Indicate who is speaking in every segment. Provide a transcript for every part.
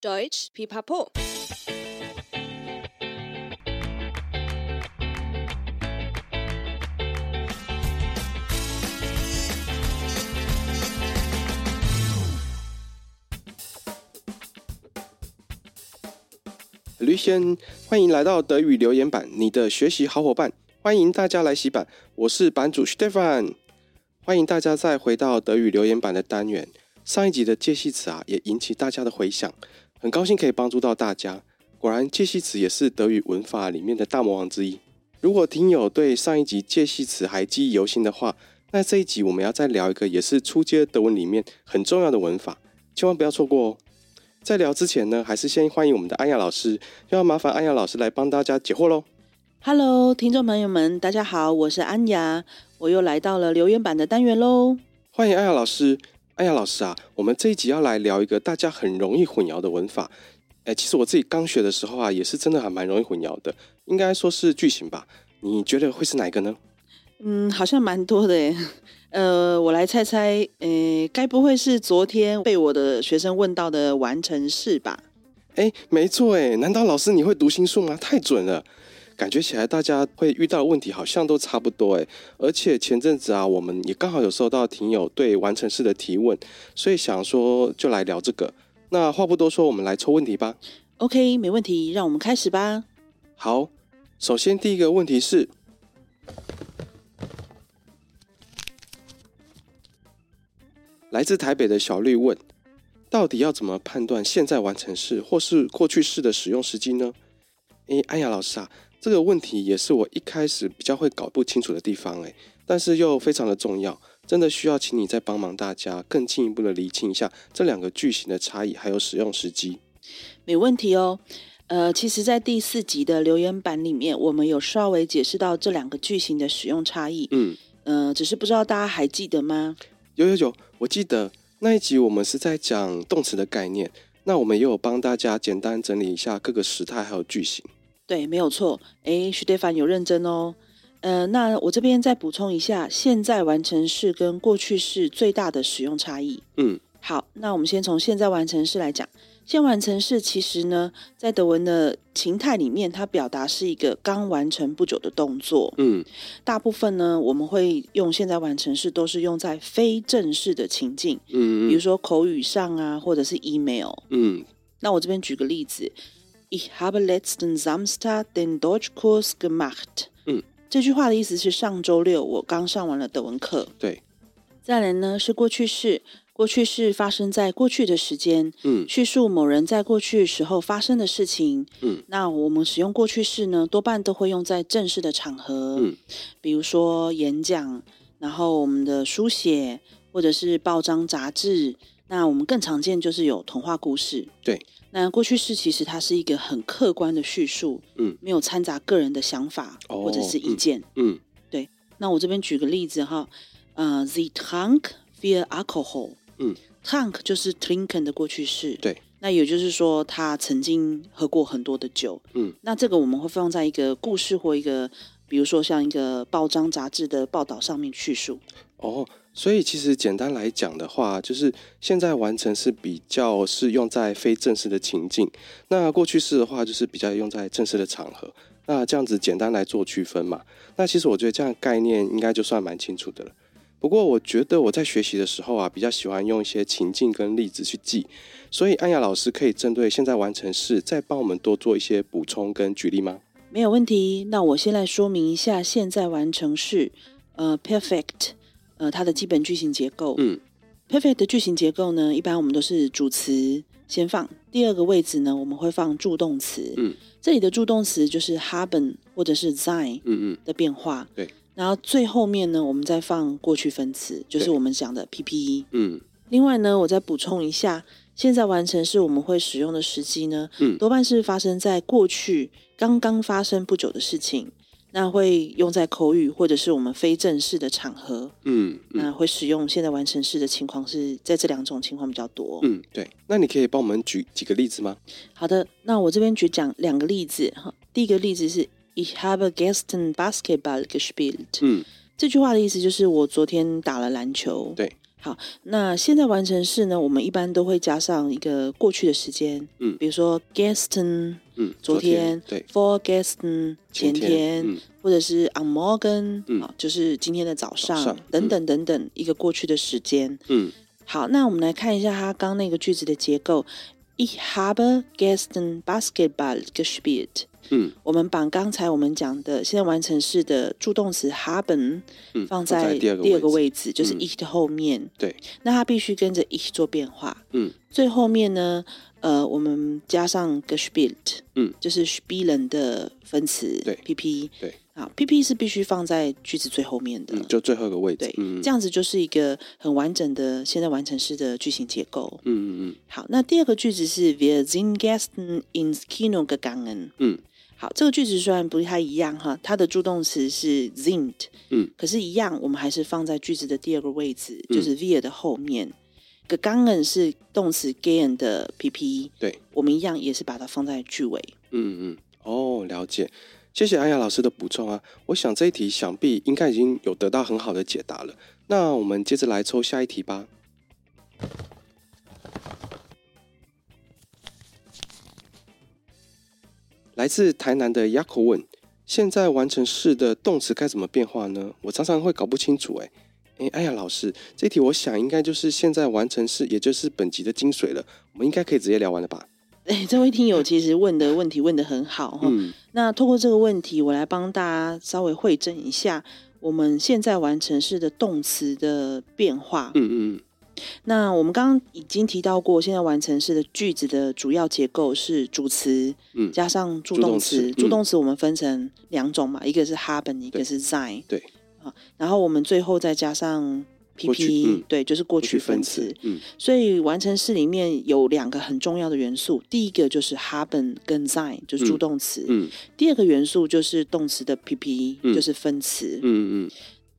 Speaker 1: Deutsch Pipapo。
Speaker 2: Lucian，欢迎来到德语留言板，你的学习好伙伴。欢迎大家来洗版，我是版主 Stefan。欢迎大家再回到德语留言板的单元。上一集的介系词啊，也引起大家的回响，很高兴可以帮助到大家。果然，介系词也是德语文法里面的大魔王之一。如果听友对上一集介系词还记忆犹新的话，那这一集我们要再聊一个也是初阶德文里面很重要的文法，千万不要错过哦。在聊之前呢，还是先欢迎我们的安雅老师，要麻烦安雅老师来帮大家解惑喽。
Speaker 3: Hello，听众朋友们，大家好，我是安雅，我又来到了留言板的单元喽。
Speaker 2: 欢迎艾雅老师。艾雅老师啊，我们这一集要来聊一个大家很容易混淆的文法。哎，其实我自己刚学的时候啊，也是真的还蛮容易混淆的，应该说是句型吧？你觉得会是哪一个呢？
Speaker 3: 嗯，好像蛮多的耶。 呃，我来猜猜，呃，该不会是昨天被我的学生问到的完成式吧？
Speaker 2: 哎，没错哎，难道老师你会读心术吗？太准了，感觉起来大家会遇到的问题好像都差不多哎。而且前阵子啊，我们也刚好有收到听友对完成式的提问，所以想说就来聊这个。那话不多说，我们来抽问题吧。
Speaker 3: OK，没问题，让我们开始吧。
Speaker 2: 好，首先第一个问题是，来自台北的小绿问，到底要怎么判断现在完成式或是过去式的使用时机呢？诶，安雅老师啊，这个问题也是我一开始比较会搞不清楚的地方诶，但是又非常的重要，真的需要请你再帮忙大家更进一步的厘清一下这两个句型的差异，还有使用时机。
Speaker 3: 没问题哦。呃，其实，在第四集的留言板里面，我们有稍微解释到这两个句型的使用差异。
Speaker 2: 嗯，
Speaker 3: 呃，只是不知道大家还记得吗？
Speaker 2: 有有有，我记得那一集我们是在讲动词的概念，那我们也有帮大家简单整理一下各个时态还有句型。
Speaker 3: 对，没有错。诶，徐德凡有认真哦。呃，那我这边再补充一下，现在完成式跟过去式最大的使用差异。
Speaker 2: 嗯，
Speaker 3: 好，那我们先从现在完成式来讲。现完成式其实呢，在德文的情态里面，它表达是一个刚完成不久的动作。
Speaker 2: 嗯，
Speaker 3: 大部分呢，我们会用现在完成式，都是用在非正式的情境，比
Speaker 2: 嗯
Speaker 3: 如说口语上啊，或者是 email。
Speaker 2: 嗯
Speaker 3: 那我这边举个例子，Ich habe letzten Samstag den Deutschkurs gemacht。
Speaker 2: 嗯，
Speaker 3: 这句话的意思是上周六我刚上完了德文课。
Speaker 2: 对，
Speaker 3: 再来呢是过去式，过去式发生在过去的时间，
Speaker 2: 嗯
Speaker 3: 叙述某人在过去时候发生的事情。
Speaker 2: 嗯，
Speaker 3: 那我们使用过去式呢，多半都会用在正式的场合，
Speaker 2: 嗯，
Speaker 3: 比如说演讲，然后我们的书写或者是报章杂志。那我们更常见就是有童话故事，
Speaker 2: 对。
Speaker 3: 那过去式其实它是一个很客观的叙述，
Speaker 2: 嗯，
Speaker 3: 没有掺杂个人的想法
Speaker 2: 哦
Speaker 3: 或者是意见。
Speaker 2: 嗯
Speaker 3: 那我这边举个例子哈，呃，the trunk via alcohol，
Speaker 2: 嗯
Speaker 3: ，trunk 就是 trinken 的过去式，
Speaker 2: 对，
Speaker 3: 那也就是说他曾经喝过很多的酒，
Speaker 2: 嗯，
Speaker 3: 那这个我们会放在一个故事或一个，比如说像一个报章杂志的报道上面叙述，
Speaker 2: 哦，所以其实简单来讲的话，就是现在完成是比较是用在非正式的情境，那过去式的话就是比较用在正式的场合。那这样子简单来做区分嘛？那其实我觉得这样的概念应该就算蛮清楚的了。不过我觉得我在学习的时候啊，比较喜欢用一些情境跟例子去记，所以安雅老师可以针对现在完成式再帮我们多做一些补充跟举例吗？
Speaker 3: 没有问题。那我先来说明一下现在完成式，呃，perfect，呃，它的基本句型结构。
Speaker 2: 嗯
Speaker 3: ，perfect 的句型结构呢，一般我们都是主词先放，第二个位置呢，我们会放助动词。
Speaker 2: 嗯，
Speaker 3: 这里的助动词就是 haben 或者是 sein
Speaker 2: 嗯嗯，
Speaker 3: 的变化。
Speaker 2: 对。
Speaker 3: 然后最后面呢，我们再放过去分词，就是
Speaker 2: 对
Speaker 3: 我们讲的 E PPE。
Speaker 2: 嗯
Speaker 3: 另外呢，我再补充一下，现在完成式我们会使用的时机呢，
Speaker 2: 嗯
Speaker 3: 多半是发生在过去刚刚发生不久的事情，那会用在口语或者是我们非正式的场合，
Speaker 2: 嗯嗯。
Speaker 3: 那会使用现在完成式的情况是在这两种情况比较多。
Speaker 2: 嗯，对。那你可以帮我们举几个例子吗？
Speaker 3: 好的，那我这边只讲两个例子哈。第一个例子是 Ich habe gestern Basketball gespielt，、
Speaker 2: 嗯
Speaker 3: 这句话的意思就是我昨天打了篮球。
Speaker 2: 对。
Speaker 3: 好，那现在完成式呢，我们一般都会加上一个过去的时间，
Speaker 2: 嗯
Speaker 3: 比如说 gestern
Speaker 2: 嗯，
Speaker 3: 昨天
Speaker 2: 对，
Speaker 3: vorgestern 前
Speaker 2: 天
Speaker 3: 天，
Speaker 2: 嗯
Speaker 3: 或者是 am Morgen，、
Speaker 2: 嗯
Speaker 3: 好，就是今天的早上
Speaker 2: 早上
Speaker 3: 等等等等、一个过去的时间。
Speaker 2: 嗯
Speaker 3: 好，那我们来看一下它刚那个句子的结构。Ich habe gestern Basketball gespielt。
Speaker 2: 嗯，
Speaker 3: 我们把刚才我们讲的现在完成式的助动词 haben
Speaker 2: 嗯，
Speaker 3: 放在
Speaker 2: 在第二个
Speaker 3: 第二个
Speaker 2: 置，
Speaker 3: 位置，就是
Speaker 2: 嗯
Speaker 3: ich 的后面。
Speaker 2: 对，
Speaker 3: 那它必须跟着 ich 做变化。
Speaker 2: 嗯，
Speaker 3: 最后面呢，呃，我们加上 gespielt，
Speaker 2: 嗯，
Speaker 3: 就是 spielen 的分词，
Speaker 2: 对
Speaker 3: ，pp，
Speaker 2: 对，
Speaker 3: 啊，pp 是必须放在句子最后面的，
Speaker 2: 嗯，就最后一个位置
Speaker 3: 呃对，，
Speaker 2: 嗯
Speaker 3: 这样子就是一个很完整的现在完成式的句型结构。
Speaker 2: 嗯嗯
Speaker 3: 好，那第二个句子是 Wir sind gestern ins Kino gegangen。
Speaker 2: 嗯，
Speaker 3: 好，这个句子虽然不太一样哈，它的助动词是 sind，
Speaker 2: 嗯，
Speaker 3: 可是，一样我们还是放在句子的第二个位置，就是 wir 的后面。gegangen 是动词 gehen 的 PP，
Speaker 2: 对，
Speaker 3: 我们一样也是把它放在句尾。
Speaker 2: 嗯嗯嗯，哦，了解。谢谢安雅老师的补充啊，我想这一题想必应该已经有得到很好的解答了。那我们接着来抽下一题吧。来自台南的 Yako 问：现在完成式的动词该怎么变化呢？我常常会搞不清楚、欸。哎，哎呀，老师，这题我想应该就是现在完成式，也就是本集的精髓了。我们应该可以直接聊完了吧？
Speaker 3: 哎，这位听友其实问的问题问的很好哈。
Speaker 2: 嗯
Speaker 3: 那透过这个问题，我来帮大家稍微会诊一下我们现在完成式的动词的变化。
Speaker 2: 嗯嗯
Speaker 3: 那我们刚刚已经提到过，现在完成式的句子的主要结构是主词
Speaker 2: 嗯嗯，
Speaker 3: 加上助
Speaker 2: 助动
Speaker 3: 动词。
Speaker 2: 词
Speaker 3: 助
Speaker 2: 嗯
Speaker 3: 动词我们分成两种嘛，一个是 haben，一个
Speaker 2: 对
Speaker 3: 是 sein。
Speaker 2: 对
Speaker 3: 啊，然后我们最后再加上
Speaker 2: 过去
Speaker 3: pp，、
Speaker 2: 嗯
Speaker 3: 对，就是过
Speaker 2: 过
Speaker 3: 去分词。
Speaker 2: 词，嗯
Speaker 3: 所以完成式里面有两个很重要的元素，第一个就是 haben 跟 sein，就是助
Speaker 2: 嗯
Speaker 3: 动词。
Speaker 2: 嗯
Speaker 3: 第二个元素就是动词的 PP，、
Speaker 2: 嗯
Speaker 3: 就是分词。
Speaker 2: 嗯嗯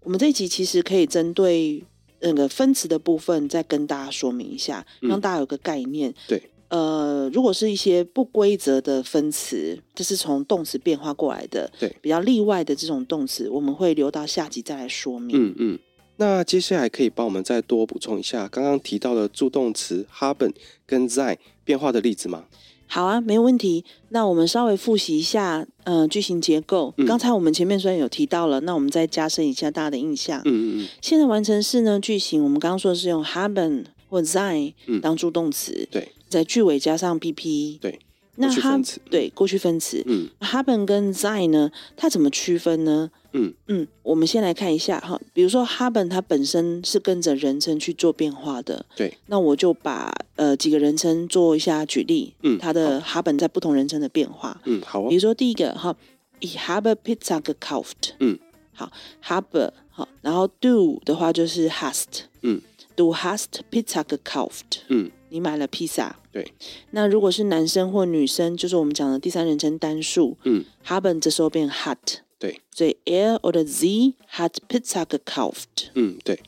Speaker 3: 我们这一集其实可以针对那个分词的部分再跟大家说明一下，
Speaker 2: 嗯
Speaker 3: 让大家有个概念。
Speaker 2: 对。
Speaker 3: 呃，如果是一些不规则的分词，这是从动词变化过来的，
Speaker 2: 对
Speaker 3: 比较例外的这种动词，我们会留到下集再来说明。
Speaker 2: 嗯嗯。那接下来可以帮我们再多补充一下刚刚提到的助动词 haben 跟 sein 变化的例子吗？
Speaker 3: 好啊，没问题。那我们稍微复习一下，呃，句型结构。
Speaker 2: 嗯
Speaker 3: 刚才我们前面虽然有提到了，那我们再加深一下大家的印象。
Speaker 2: 嗯嗯
Speaker 3: 现在完成式呢，句型我们刚刚说的是用 haben 或 sein
Speaker 2: 嗯
Speaker 3: 当助动词，
Speaker 2: 对，
Speaker 3: 在句尾加上 PP。
Speaker 2: 对，
Speaker 3: 那
Speaker 2: 过去
Speaker 3: ha
Speaker 2: 分词
Speaker 3: 对过去分词、
Speaker 2: 嗯
Speaker 3: haben 跟 sein 呢，它怎么区分呢？
Speaker 2: 嗯
Speaker 3: 嗯，我们先来看一下哈，比如说 haben 它本身是跟着人称去做变化的，
Speaker 2: 对，
Speaker 3: 那我就把呃几个人称做一下举例，
Speaker 2: 嗯
Speaker 3: 它的 haben 在不同人称的变化，
Speaker 2: 嗯，好
Speaker 3: 比
Speaker 2: 哦
Speaker 3: 如，说第一个哈，Ich habe Pizza gekauft。
Speaker 2: 嗯，
Speaker 3: 好，habe 好，然后 du 的话就是 hast。
Speaker 2: 嗯
Speaker 3: ，du hast Pizza gekauft。
Speaker 2: 嗯
Speaker 3: 你买了披萨。
Speaker 2: 对。
Speaker 3: 那如果是男生或女生，就是我们讲的第三人称单数
Speaker 2: 嗯
Speaker 3: ，haben 这时候变 hat。
Speaker 2: 对，
Speaker 3: 所以 er oder sie hat Pizza gekauft。
Speaker 2: 嗯对，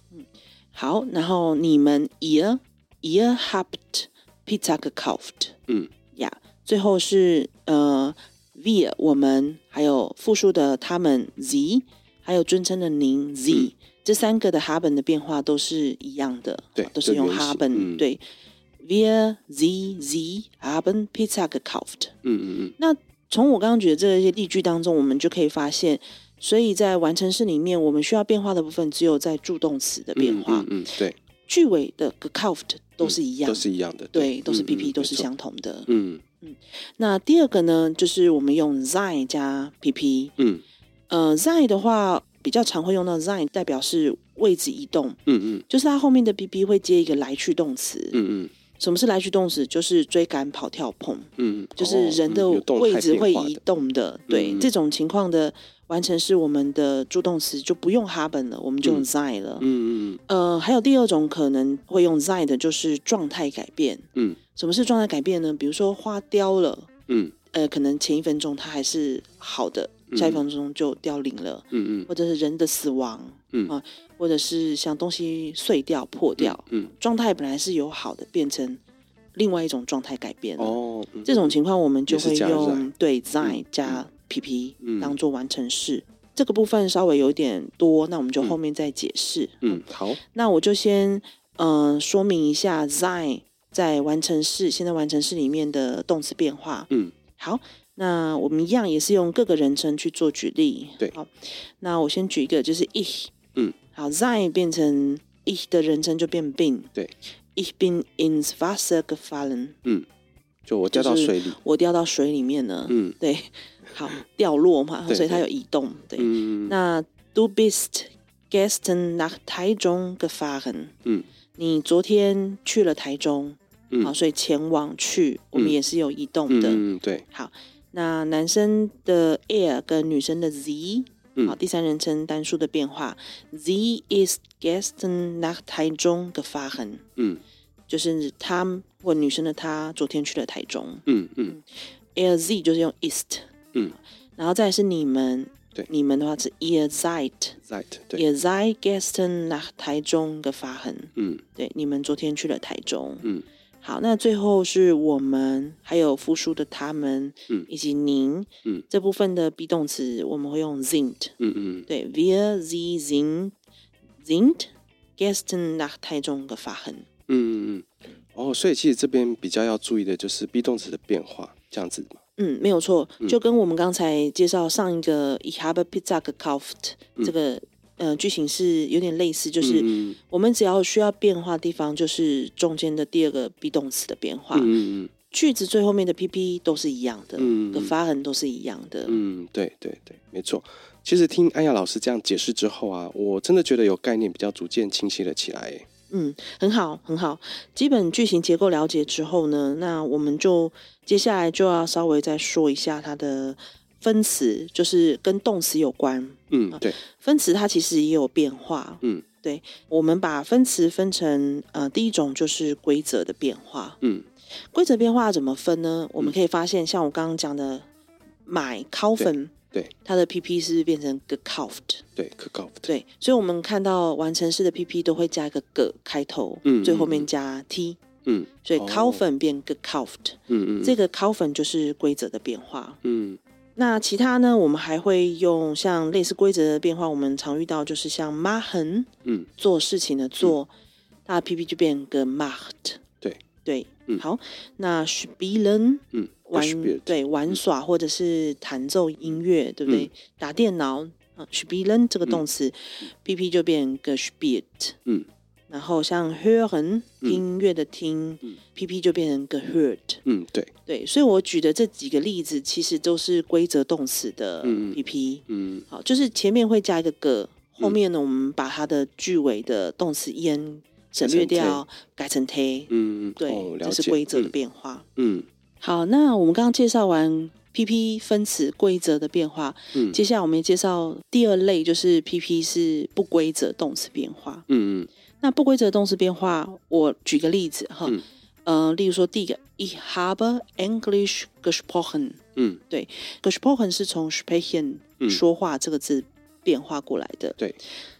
Speaker 3: 好，然后你们 ihr ihr habt Pizza gekauft。
Speaker 2: 嗯
Speaker 3: 呀。最后是呃 we 我们，还有复数的他们 z，还有尊称的您 z，、
Speaker 2: 嗯
Speaker 3: 这三个的 haben 的变化都是一样的，啊
Speaker 2: 对
Speaker 3: 都是用
Speaker 2: 这原型
Speaker 3: haben、
Speaker 2: 嗯
Speaker 3: 对。Wir, sie, sie haben Pizza gekauft。
Speaker 2: 嗯嗯嗯
Speaker 3: 从我刚刚举的这些例句当中，我们就可以发现，所以在完成式里面，我们需要变化的部分只有在助动词的变化，
Speaker 2: 嗯嗯对，
Speaker 3: 句尾的 gekauft 都是一样，
Speaker 2: 都是一样的，
Speaker 3: 对，都是 PP，、都是，
Speaker 2: 嗯
Speaker 3: 相同的。
Speaker 2: 嗯
Speaker 3: 那第二个呢，就是我们用 sein 加 pp。
Speaker 2: 嗯
Speaker 3: 呃，sein 的话比较常会用到 sein，代表是位置移动，
Speaker 2: 嗯嗯
Speaker 3: 就是它后面的 pp 会接一个来去动词。
Speaker 2: 嗯嗯
Speaker 3: 什么是来去动词？就是追赶、跑、跳、碰，
Speaker 2: 嗯，
Speaker 3: 就是人的位置会移动的。对、
Speaker 2: 嗯
Speaker 3: 这种情况的完成是我们的助动词就不用 haben 了，我们就用
Speaker 2: 嗯
Speaker 3: sein 了。
Speaker 2: 嗯嗯
Speaker 3: 呃，还有第二种可能会用 sein 的，就是状态改变。
Speaker 2: 嗯
Speaker 3: 什么是状态改变呢？比如说花凋了。
Speaker 2: 嗯
Speaker 3: 呃，可能前一分钟它还是好的，下一分钟就凋零了，
Speaker 2: 嗯嗯
Speaker 3: 或者是人的死亡，
Speaker 2: 嗯
Speaker 3: 啊，或者是像东西碎掉、破掉，
Speaker 2: 嗯
Speaker 3: 状态本来是由好的变成另外一种状态改变了。
Speaker 2: 哦，
Speaker 3: 这种情况我们就
Speaker 2: 也是
Speaker 3: 会
Speaker 2: 加
Speaker 3: 用
Speaker 2: 在
Speaker 3: 对在加
Speaker 2: 嗯
Speaker 3: PP
Speaker 2: 嗯
Speaker 3: 当做完成式。这
Speaker 2: 嗯
Speaker 3: 个部分稍微有点多，那我们就后面再解释。
Speaker 2: 嗯好，
Speaker 3: 那我就先嗯、呃说明一下 sein 在完成式现在完成式里面的动词变化。
Speaker 2: 嗯，
Speaker 3: 好，那我们一样也是用各个人称去做举例。
Speaker 2: 对
Speaker 3: 好，那我先举一个，就是 ich。
Speaker 2: 嗯，
Speaker 3: 好，sein 变成 ich 的人称就变 bin。
Speaker 2: 对
Speaker 3: ，ich bin ins Wasser gefallen，
Speaker 2: 嗯就我掉到水里，
Speaker 3: 我掉到水里面了。
Speaker 2: 嗯
Speaker 3: 对，好，掉落嘛，
Speaker 2: 对
Speaker 3: 所以它
Speaker 2: 对
Speaker 3: 有移动。对，
Speaker 2: 嗯，
Speaker 3: 那 Du bist gestern nach Taichung gefahren。
Speaker 2: 嗯，
Speaker 3: 你昨天去了台中，
Speaker 2: 嗯
Speaker 3: 好，所以前往去，我们
Speaker 2: 嗯
Speaker 3: 也是有移动
Speaker 2: 嗯
Speaker 3: 的。
Speaker 2: 嗯嗯对，
Speaker 3: 那男生的 air 跟女生的 z，
Speaker 2: 嗯
Speaker 3: 好，第三人称单数的变化，z is gestern nach Taichung gefahren，
Speaker 2: 嗯
Speaker 3: 就是他或女生的她昨天去了台中。
Speaker 2: 嗯嗯
Speaker 3: air z 就是用 ist，
Speaker 2: 嗯，
Speaker 3: 然后再来是你们，
Speaker 2: 对
Speaker 3: 你们的话是 ihr seid。
Speaker 2: ，right，对，
Speaker 3: 也在 Gaston nach 台中的发痕。
Speaker 2: 嗯
Speaker 3: 对，你们昨天去了台中。
Speaker 2: 嗯
Speaker 3: 好，那最后是我们，还有复数的他们，
Speaker 2: 嗯
Speaker 3: 以及您，
Speaker 2: 嗯，
Speaker 3: 这部分的 be 动词我们会用 sind，
Speaker 2: 嗯嗯
Speaker 3: 对，wir sie sind sind Gaston nach 台中的发痕。
Speaker 2: 嗯嗯嗯，哦，所以其实这边比较要注意的就是 be 动词的变化，这样子嘛，
Speaker 3: 嗯，没有错，就跟我们刚才介绍上一个 Ich habe Pizza gekauft 这个呃句型是有点类似，就是
Speaker 2: 嗯
Speaker 3: 我们只要需要变化的地方，就是中间的第二个 be 动词的变化。
Speaker 2: 嗯嗯
Speaker 3: 句子最后面的 pp 都是一样啊的，
Speaker 2: 嗯
Speaker 3: 个发痕都是一样的。
Speaker 2: 嗯，对对对，没错。其实听安雅老师这样解释之后啊，我真的觉得有概念比较逐渐清晰了起来欸。
Speaker 3: 嗯，很好，很好。基本句型结构了解之后呢，那我们就接下来就要稍微再说一下它的分词，就是跟动词有关。
Speaker 2: 嗯，对，
Speaker 3: 分词它其实也有变化。
Speaker 2: 嗯，
Speaker 3: 对，我们把分词分成呃，第一种就是规则的变化。
Speaker 2: 嗯
Speaker 3: 规则变化怎么分呢？我们可以发现，像我刚刚讲的
Speaker 2: 嗯
Speaker 3: 买 kaufen，
Speaker 2: 对，
Speaker 3: 它的 pp 是不是变成 gekauft。
Speaker 2: 对，cooked，
Speaker 3: 对，所以我们看到完成式的 PP 都会加一个 g 开头，
Speaker 2: 嗯
Speaker 3: 最后
Speaker 2: 嗯
Speaker 3: 面
Speaker 2: 嗯
Speaker 3: 加 t，
Speaker 2: 嗯
Speaker 3: 所以
Speaker 2: 哦
Speaker 3: kaufen 变 g kauft，、
Speaker 2: 嗯嗯，
Speaker 3: 这
Speaker 2: 个，
Speaker 3: 个 kaufen 就是规则的变化。
Speaker 2: 嗯
Speaker 3: 那其他呢，我们还会用像类似规则的变化，我们常遇到就是像 machen
Speaker 2: 嗯
Speaker 3: 做事情的做，那 PP 就变 g macht，
Speaker 2: 对
Speaker 3: 对，
Speaker 2: 嗯
Speaker 3: 好，那 spielen
Speaker 2: 嗯，
Speaker 3: 玩
Speaker 2: Spirit，
Speaker 3: 对玩耍或者是弹奏音乐，对不对？
Speaker 2: 嗯
Speaker 3: 打电脑啊，spielen 这个动词、b p 就变个 spielt，
Speaker 2: 嗯，
Speaker 3: 然后像 hören
Speaker 2: 嗯
Speaker 3: 听音乐的听、
Speaker 2: 嗯
Speaker 3: p p 就变成个 heard，
Speaker 2: 嗯，对，
Speaker 3: 对，所以我举的这几个例子其实都是规则动词的
Speaker 2: 嗯嗯
Speaker 3: pp，、
Speaker 2: 嗯
Speaker 3: 好，就是前面会加一个个，后面呢我们把它的句尾的动词 en 省略掉，改成 te，、
Speaker 2: 嗯，
Speaker 3: 对，
Speaker 2: 哦了
Speaker 3: 这
Speaker 2: 解，
Speaker 3: 是规则的
Speaker 2: 嗯
Speaker 3: 变化。
Speaker 2: 嗯
Speaker 3: 好，那我们刚刚介绍完 PP 分词规则的变化，
Speaker 2: 嗯
Speaker 3: 接下来我们也介绍第二类，就是 PP 是不规则动词变化。
Speaker 2: 嗯嗯
Speaker 3: 那不规则动词变化，我举个例子哈，
Speaker 2: 嗯
Speaker 3: 呃，例如说第一个，Ich habe English gesprochen。
Speaker 2: 嗯，
Speaker 3: gesprochen 是从 sprechen
Speaker 2: 嗯
Speaker 3: 说话这个字变化过来的，
Speaker 2: 对，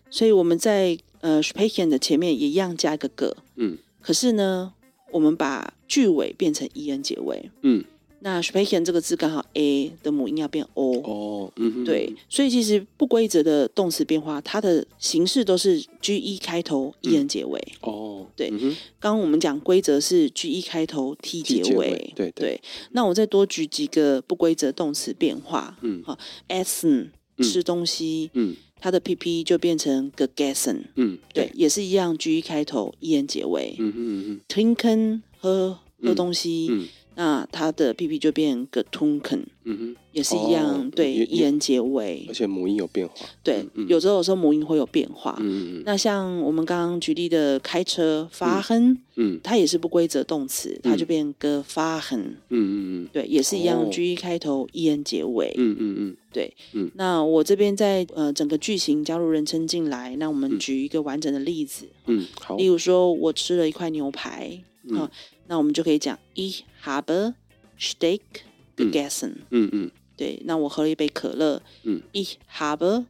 Speaker 3: 所以我们在呃 sprechen 的前面也一样加一个 g，
Speaker 2: 嗯
Speaker 3: 可是呢，我们把句尾变成 en 结尾，
Speaker 2: 嗯，
Speaker 3: 那 sprechen 这个字刚好 a 的母音要变 o，、
Speaker 2: 哦，嗯哼，
Speaker 3: 对，所以其实不规则的动词变化，它的形式都是 g 一开头，e n 结尾。
Speaker 2: 哦，
Speaker 3: 对
Speaker 2: 嗯哼
Speaker 3: 刚刚我们讲规则是 g 一开头，t
Speaker 2: ，T
Speaker 3: 结
Speaker 2: 结尾对对
Speaker 3: 那我再多举几个不规则动词变化，
Speaker 2: 嗯
Speaker 3: 好，essen 吃东西，
Speaker 2: 嗯
Speaker 3: 它的 pp 就变成 gegessen，
Speaker 2: 嗯，
Speaker 3: 对，，也是一样 g 一开头，e n 结尾。
Speaker 2: 嗯哼嗯
Speaker 3: trinken 喝喝
Speaker 2: 嗯
Speaker 3: 东西，
Speaker 2: 嗯
Speaker 3: 那它的 pp 就变 getunken。
Speaker 2: 哼嗯哼，
Speaker 3: 也是一样，
Speaker 2: 哦
Speaker 3: 对，
Speaker 2: 也
Speaker 3: 一
Speaker 2: 也
Speaker 3: 人结尾
Speaker 2: 而，且母音有变化，
Speaker 3: 对，
Speaker 2: 嗯嗯
Speaker 3: 有时候有时候母音会有变化。
Speaker 2: 嗯嗯嗯
Speaker 3: 那像我们刚刚举例的开车发哼，
Speaker 2: 嗯
Speaker 3: 它也是不规则动词，它就变个发哼，
Speaker 2: 嗯嗯嗯
Speaker 3: 对，也是一
Speaker 2: 哦
Speaker 3: 样，G 一开头，E N 结尾，
Speaker 2: 嗯嗯嗯
Speaker 3: 对。
Speaker 2: 嗯
Speaker 3: 那我这边在呃整个句型加入人称进来，那我们举一个完整的例子，
Speaker 2: 嗯，好，
Speaker 3: 例如说我吃了一块牛排，
Speaker 2: 嗯
Speaker 3: 啊、那我们就可以讲 Ich habe Steak gegessen、
Speaker 2: 嗯嗯
Speaker 3: 对，那我喝了一杯可乐，
Speaker 2: 嗯
Speaker 3: ，Ich habe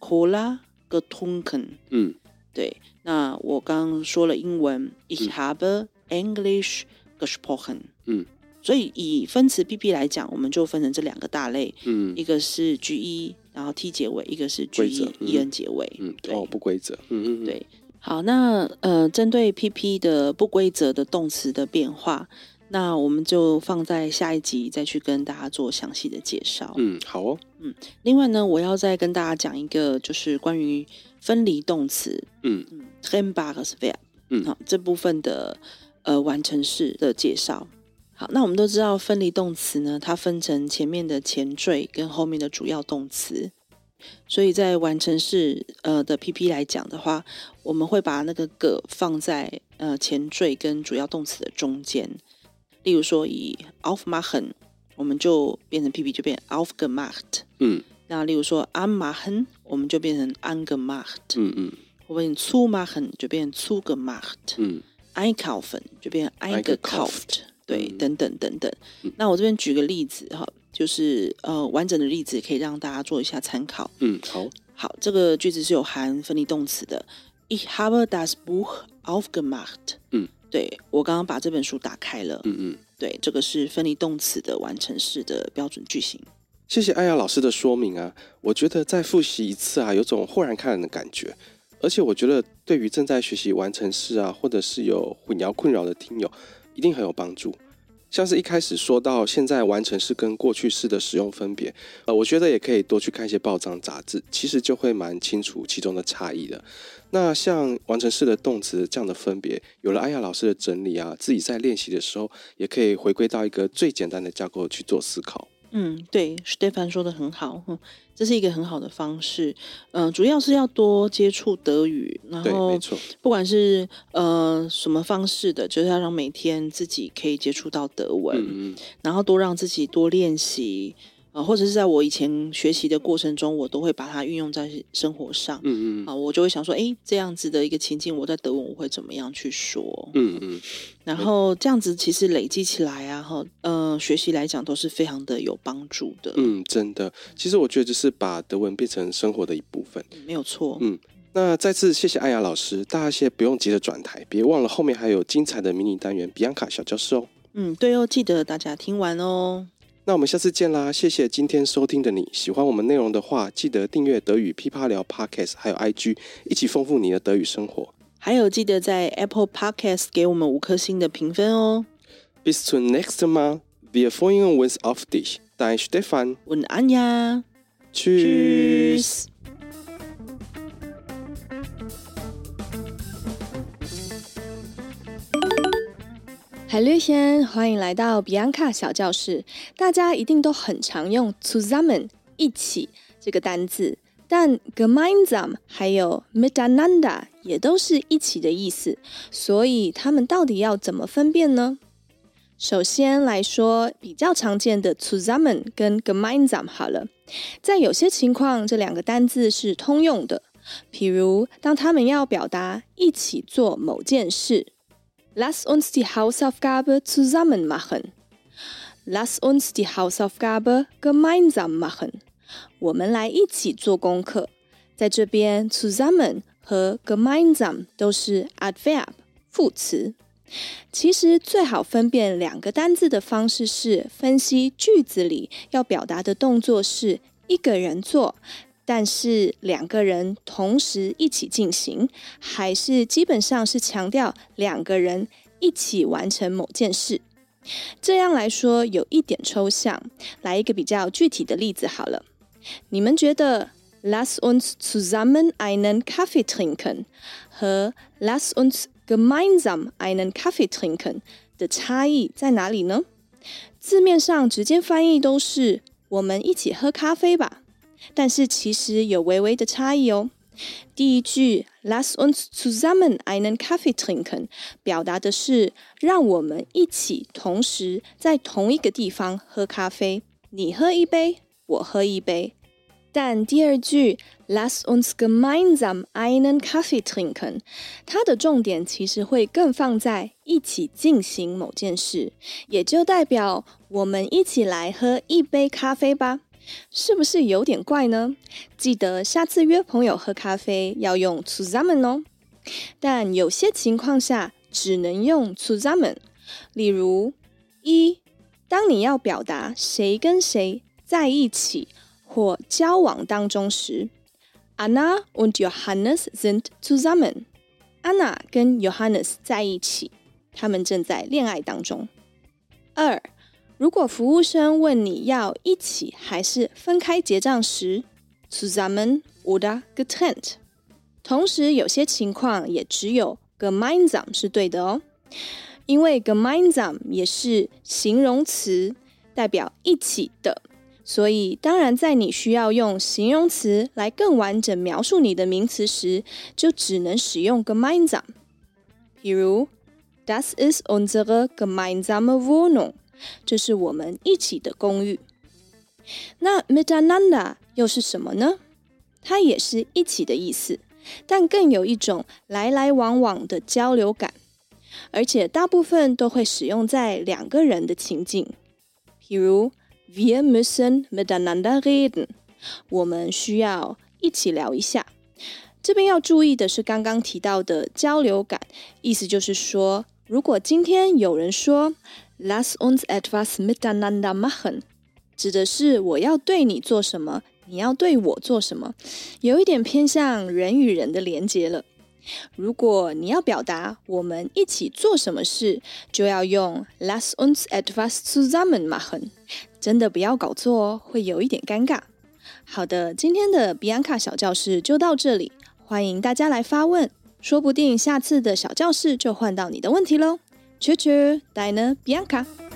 Speaker 3: Cola getrunken。
Speaker 2: 嗯
Speaker 3: 对，那我刚刚说了英文，Ich habe English gesprochen。
Speaker 2: 嗯，
Speaker 3: 所以以分词 PP 来讲，我们就分成这两个大类，
Speaker 2: 嗯
Speaker 3: 一个是 G 一，然后 T 结尾，一个是 G
Speaker 2: 规则
Speaker 3: 一 E N 结尾。
Speaker 2: 嗯，
Speaker 3: 对
Speaker 2: 哦，不规则，嗯嗯，嗯，
Speaker 3: 对，好，那呃，针对 PP 的不规则的动词的变化，那我们就放在下一集再去跟大家做详细的介绍。
Speaker 2: 嗯，好哦，
Speaker 3: 另外呢，我要再跟大家讲一个，就是关于分离动词
Speaker 2: 嗯，
Speaker 3: t r e m b a g s v e r
Speaker 2: 嗯
Speaker 3: 好这部分的呃完成式的介绍。好，那我们都知道分离动词呢，它分成前面的前缀跟后面的主要动词，所以在完成式呃的 PP 来讲的话，我们会把那个个放在呃前缀跟主要动词的中间。例如说以 aufmachen，我们就变成 PP 就变 aufgemacht。
Speaker 2: 嗯
Speaker 3: 那例如说 anmachen，我们就变成 angemacht。
Speaker 2: 嗯嗯
Speaker 3: 我们 zu machen 就变 zugemacht，、
Speaker 2: 嗯
Speaker 3: einkaufen 就变
Speaker 2: eingekauft
Speaker 3: eingekauft，对，
Speaker 2: 嗯
Speaker 3: 等等等等。那我这边举个例子哈，就是呃完整的例子可以让大家做一下参考。
Speaker 2: 嗯，好，
Speaker 3: 好，这个句子是有含分离动词的。Ich habe das Buch aufgemacht。
Speaker 2: 嗯，
Speaker 3: 对我刚刚把这本书打开了。
Speaker 2: 嗯嗯，
Speaker 3: 对，这个是分离动词的完成式的标准句型。
Speaker 2: 谢谢艾雅老师的说明啊，我觉得再复习一次啊，有种豁然开朗的感觉。而且我觉得，对于正在学习完成式啊，或者是有混淆困扰的听友，一定很有帮助。像是一开始说到现在完成式跟过去式的使用分别，呃，我觉得也可以多去看一些报章杂志，其实就会蛮清楚其中的差异的。那像完成式的动词这样的分别，有了艾雅老师的整理啊，自己在练习的时候，也可以回归到一个最简单的架构去做思考。
Speaker 3: 嗯，对，Stefan 说的很好，嗯，这是一个很好的方式。嗯、主要是要多接触德语，然
Speaker 2: 对，
Speaker 3: 后
Speaker 2: 没错。
Speaker 3: 不管是呃什么方式的，就是要让每天自己可以接触到德文，
Speaker 2: 嗯嗯
Speaker 3: 然后多让自己多练习。啊、或者是在我以前学习的过程中，我都会把它运用在生活上。
Speaker 2: 嗯嗯
Speaker 3: 啊，我就会想说，诶，这样子的一个情境，我在德文我会怎么样去说？
Speaker 2: 嗯嗯
Speaker 3: 然后这样子其实累积起来啊，哈，呃，学习来讲都是非常的有帮助的。
Speaker 2: 嗯，真的。其实我觉得就是把德文变成生活的一部分。
Speaker 3: 没有错
Speaker 2: 嗯。那再次谢谢艾雅老师，大家先不用急着转台，别忘了后面还有精彩的迷你单元比安卡小教室哦。
Speaker 3: 嗯，对哦，记得大家听完哦。
Speaker 2: 那我们下次见啦！谢谢今天收听的你，喜欢我们内容的话，记得订阅德语噼啪聊 Podcast，还有 IG，一起丰富你的德语生活。
Speaker 3: 还有记得在 Apple Podcast 给我们五颗星的评分哦。
Speaker 2: Bis zum nächsten Mal, wir freuen uns auf dich. Dein Stefan.
Speaker 3: 晚安呀
Speaker 2: Tschüss.
Speaker 3: ，Cheers。
Speaker 1: Hallöchen，欢迎来到 Bianca 小教室。大家一定都很常用 “zusammen” 一起这个单字，但 “gemeinsam” 还有 “miteinander” 也都是一起的意思，所以它们到底要怎么分辨呢？首先来说，比较常见的 “zusammen” 跟 “gemeinsam” 好了，在有些情况，这两个单字是通用的，譬如当他们要表达一起做某件事。Lass uns die Hausaufgabe zusammen machen. Lass uns die Hausaufgabe gemeinsam machen. 我们来一起做功课。在这边，zusammen 和 gemeinsam 都是 adverb 副词。其实最好分辨两个单字的方式是分析句子里要表达的动作是一个人做，但是两个人同时一起进行，还是基本上是强调两个人一起完成某件事。这样来说有一点抽象，来一个比较具体的例子好了。你们觉得 “Lass uns zusammen einen Kaffee trinken” 和 “Lass uns gemeinsam einen Kaffee trinken” 的差异在哪里呢？字面上直接翻译都是“我们一起喝咖啡吧”，但是其实有微微的差异哦。第一句 “Lass uns zusammen einen Kaffee trinken” 表达的是让我们一起同时在同一个地方喝咖啡，你喝一杯，我喝一杯。但第二句 “Lass uns gemeinsam einen Kaffee trinken”，它的重点其实会更放在一起进行某件事，也就代表我们一起来喝一杯咖啡吧，是不是有点怪呢？记得下次约朋友喝咖啡要用 zusammen 哦。但有些情况下只能用 zusammen，例如一，当你要表达谁跟谁在一起或交往当中时，Anna und Johannes sind zusammen。安娜跟 Johannes 在一起，他们正在恋爱当中。二，如果服务生问你要一起还是分开结账时，zusammen oder getrennt。同时，有些情况也只有 gemeinsam 是对的哦，因为 gemeinsam 也是形容词，代表一起的。所以，当然，在你需要用形容词来更完整描述你的名词时，就只能使用 gemeinsam。比如，Das ist unsere gemeinsame Wohnung，这是我们一起的公寓。那 miteinander 又是什么呢？它也是一起的意思，但更有一种来来往往的交流感，而且大部分都会使用在两个人的情境，比如。Wir müssen miteinander reden。我们需要一起聊一下。这边要注意的是，刚刚提到的交流感，意思就是说，如果今天有人说 “Lass uns etwas miteinander machen”，指的是我要对你做什么，你要对我做什么，有一点偏向人与人的连接了。如果你要表达我们一起做什么事，就要用 “Lass uns etwas zusammen machen”。真的不要搞错哦，会有一点尴尬。好的，今天的比安卡小教室就到这里，欢迎大家来发问，说不定下次的小教室就换到你的问题喽。c h e e r c h e e r d i n a Bianca。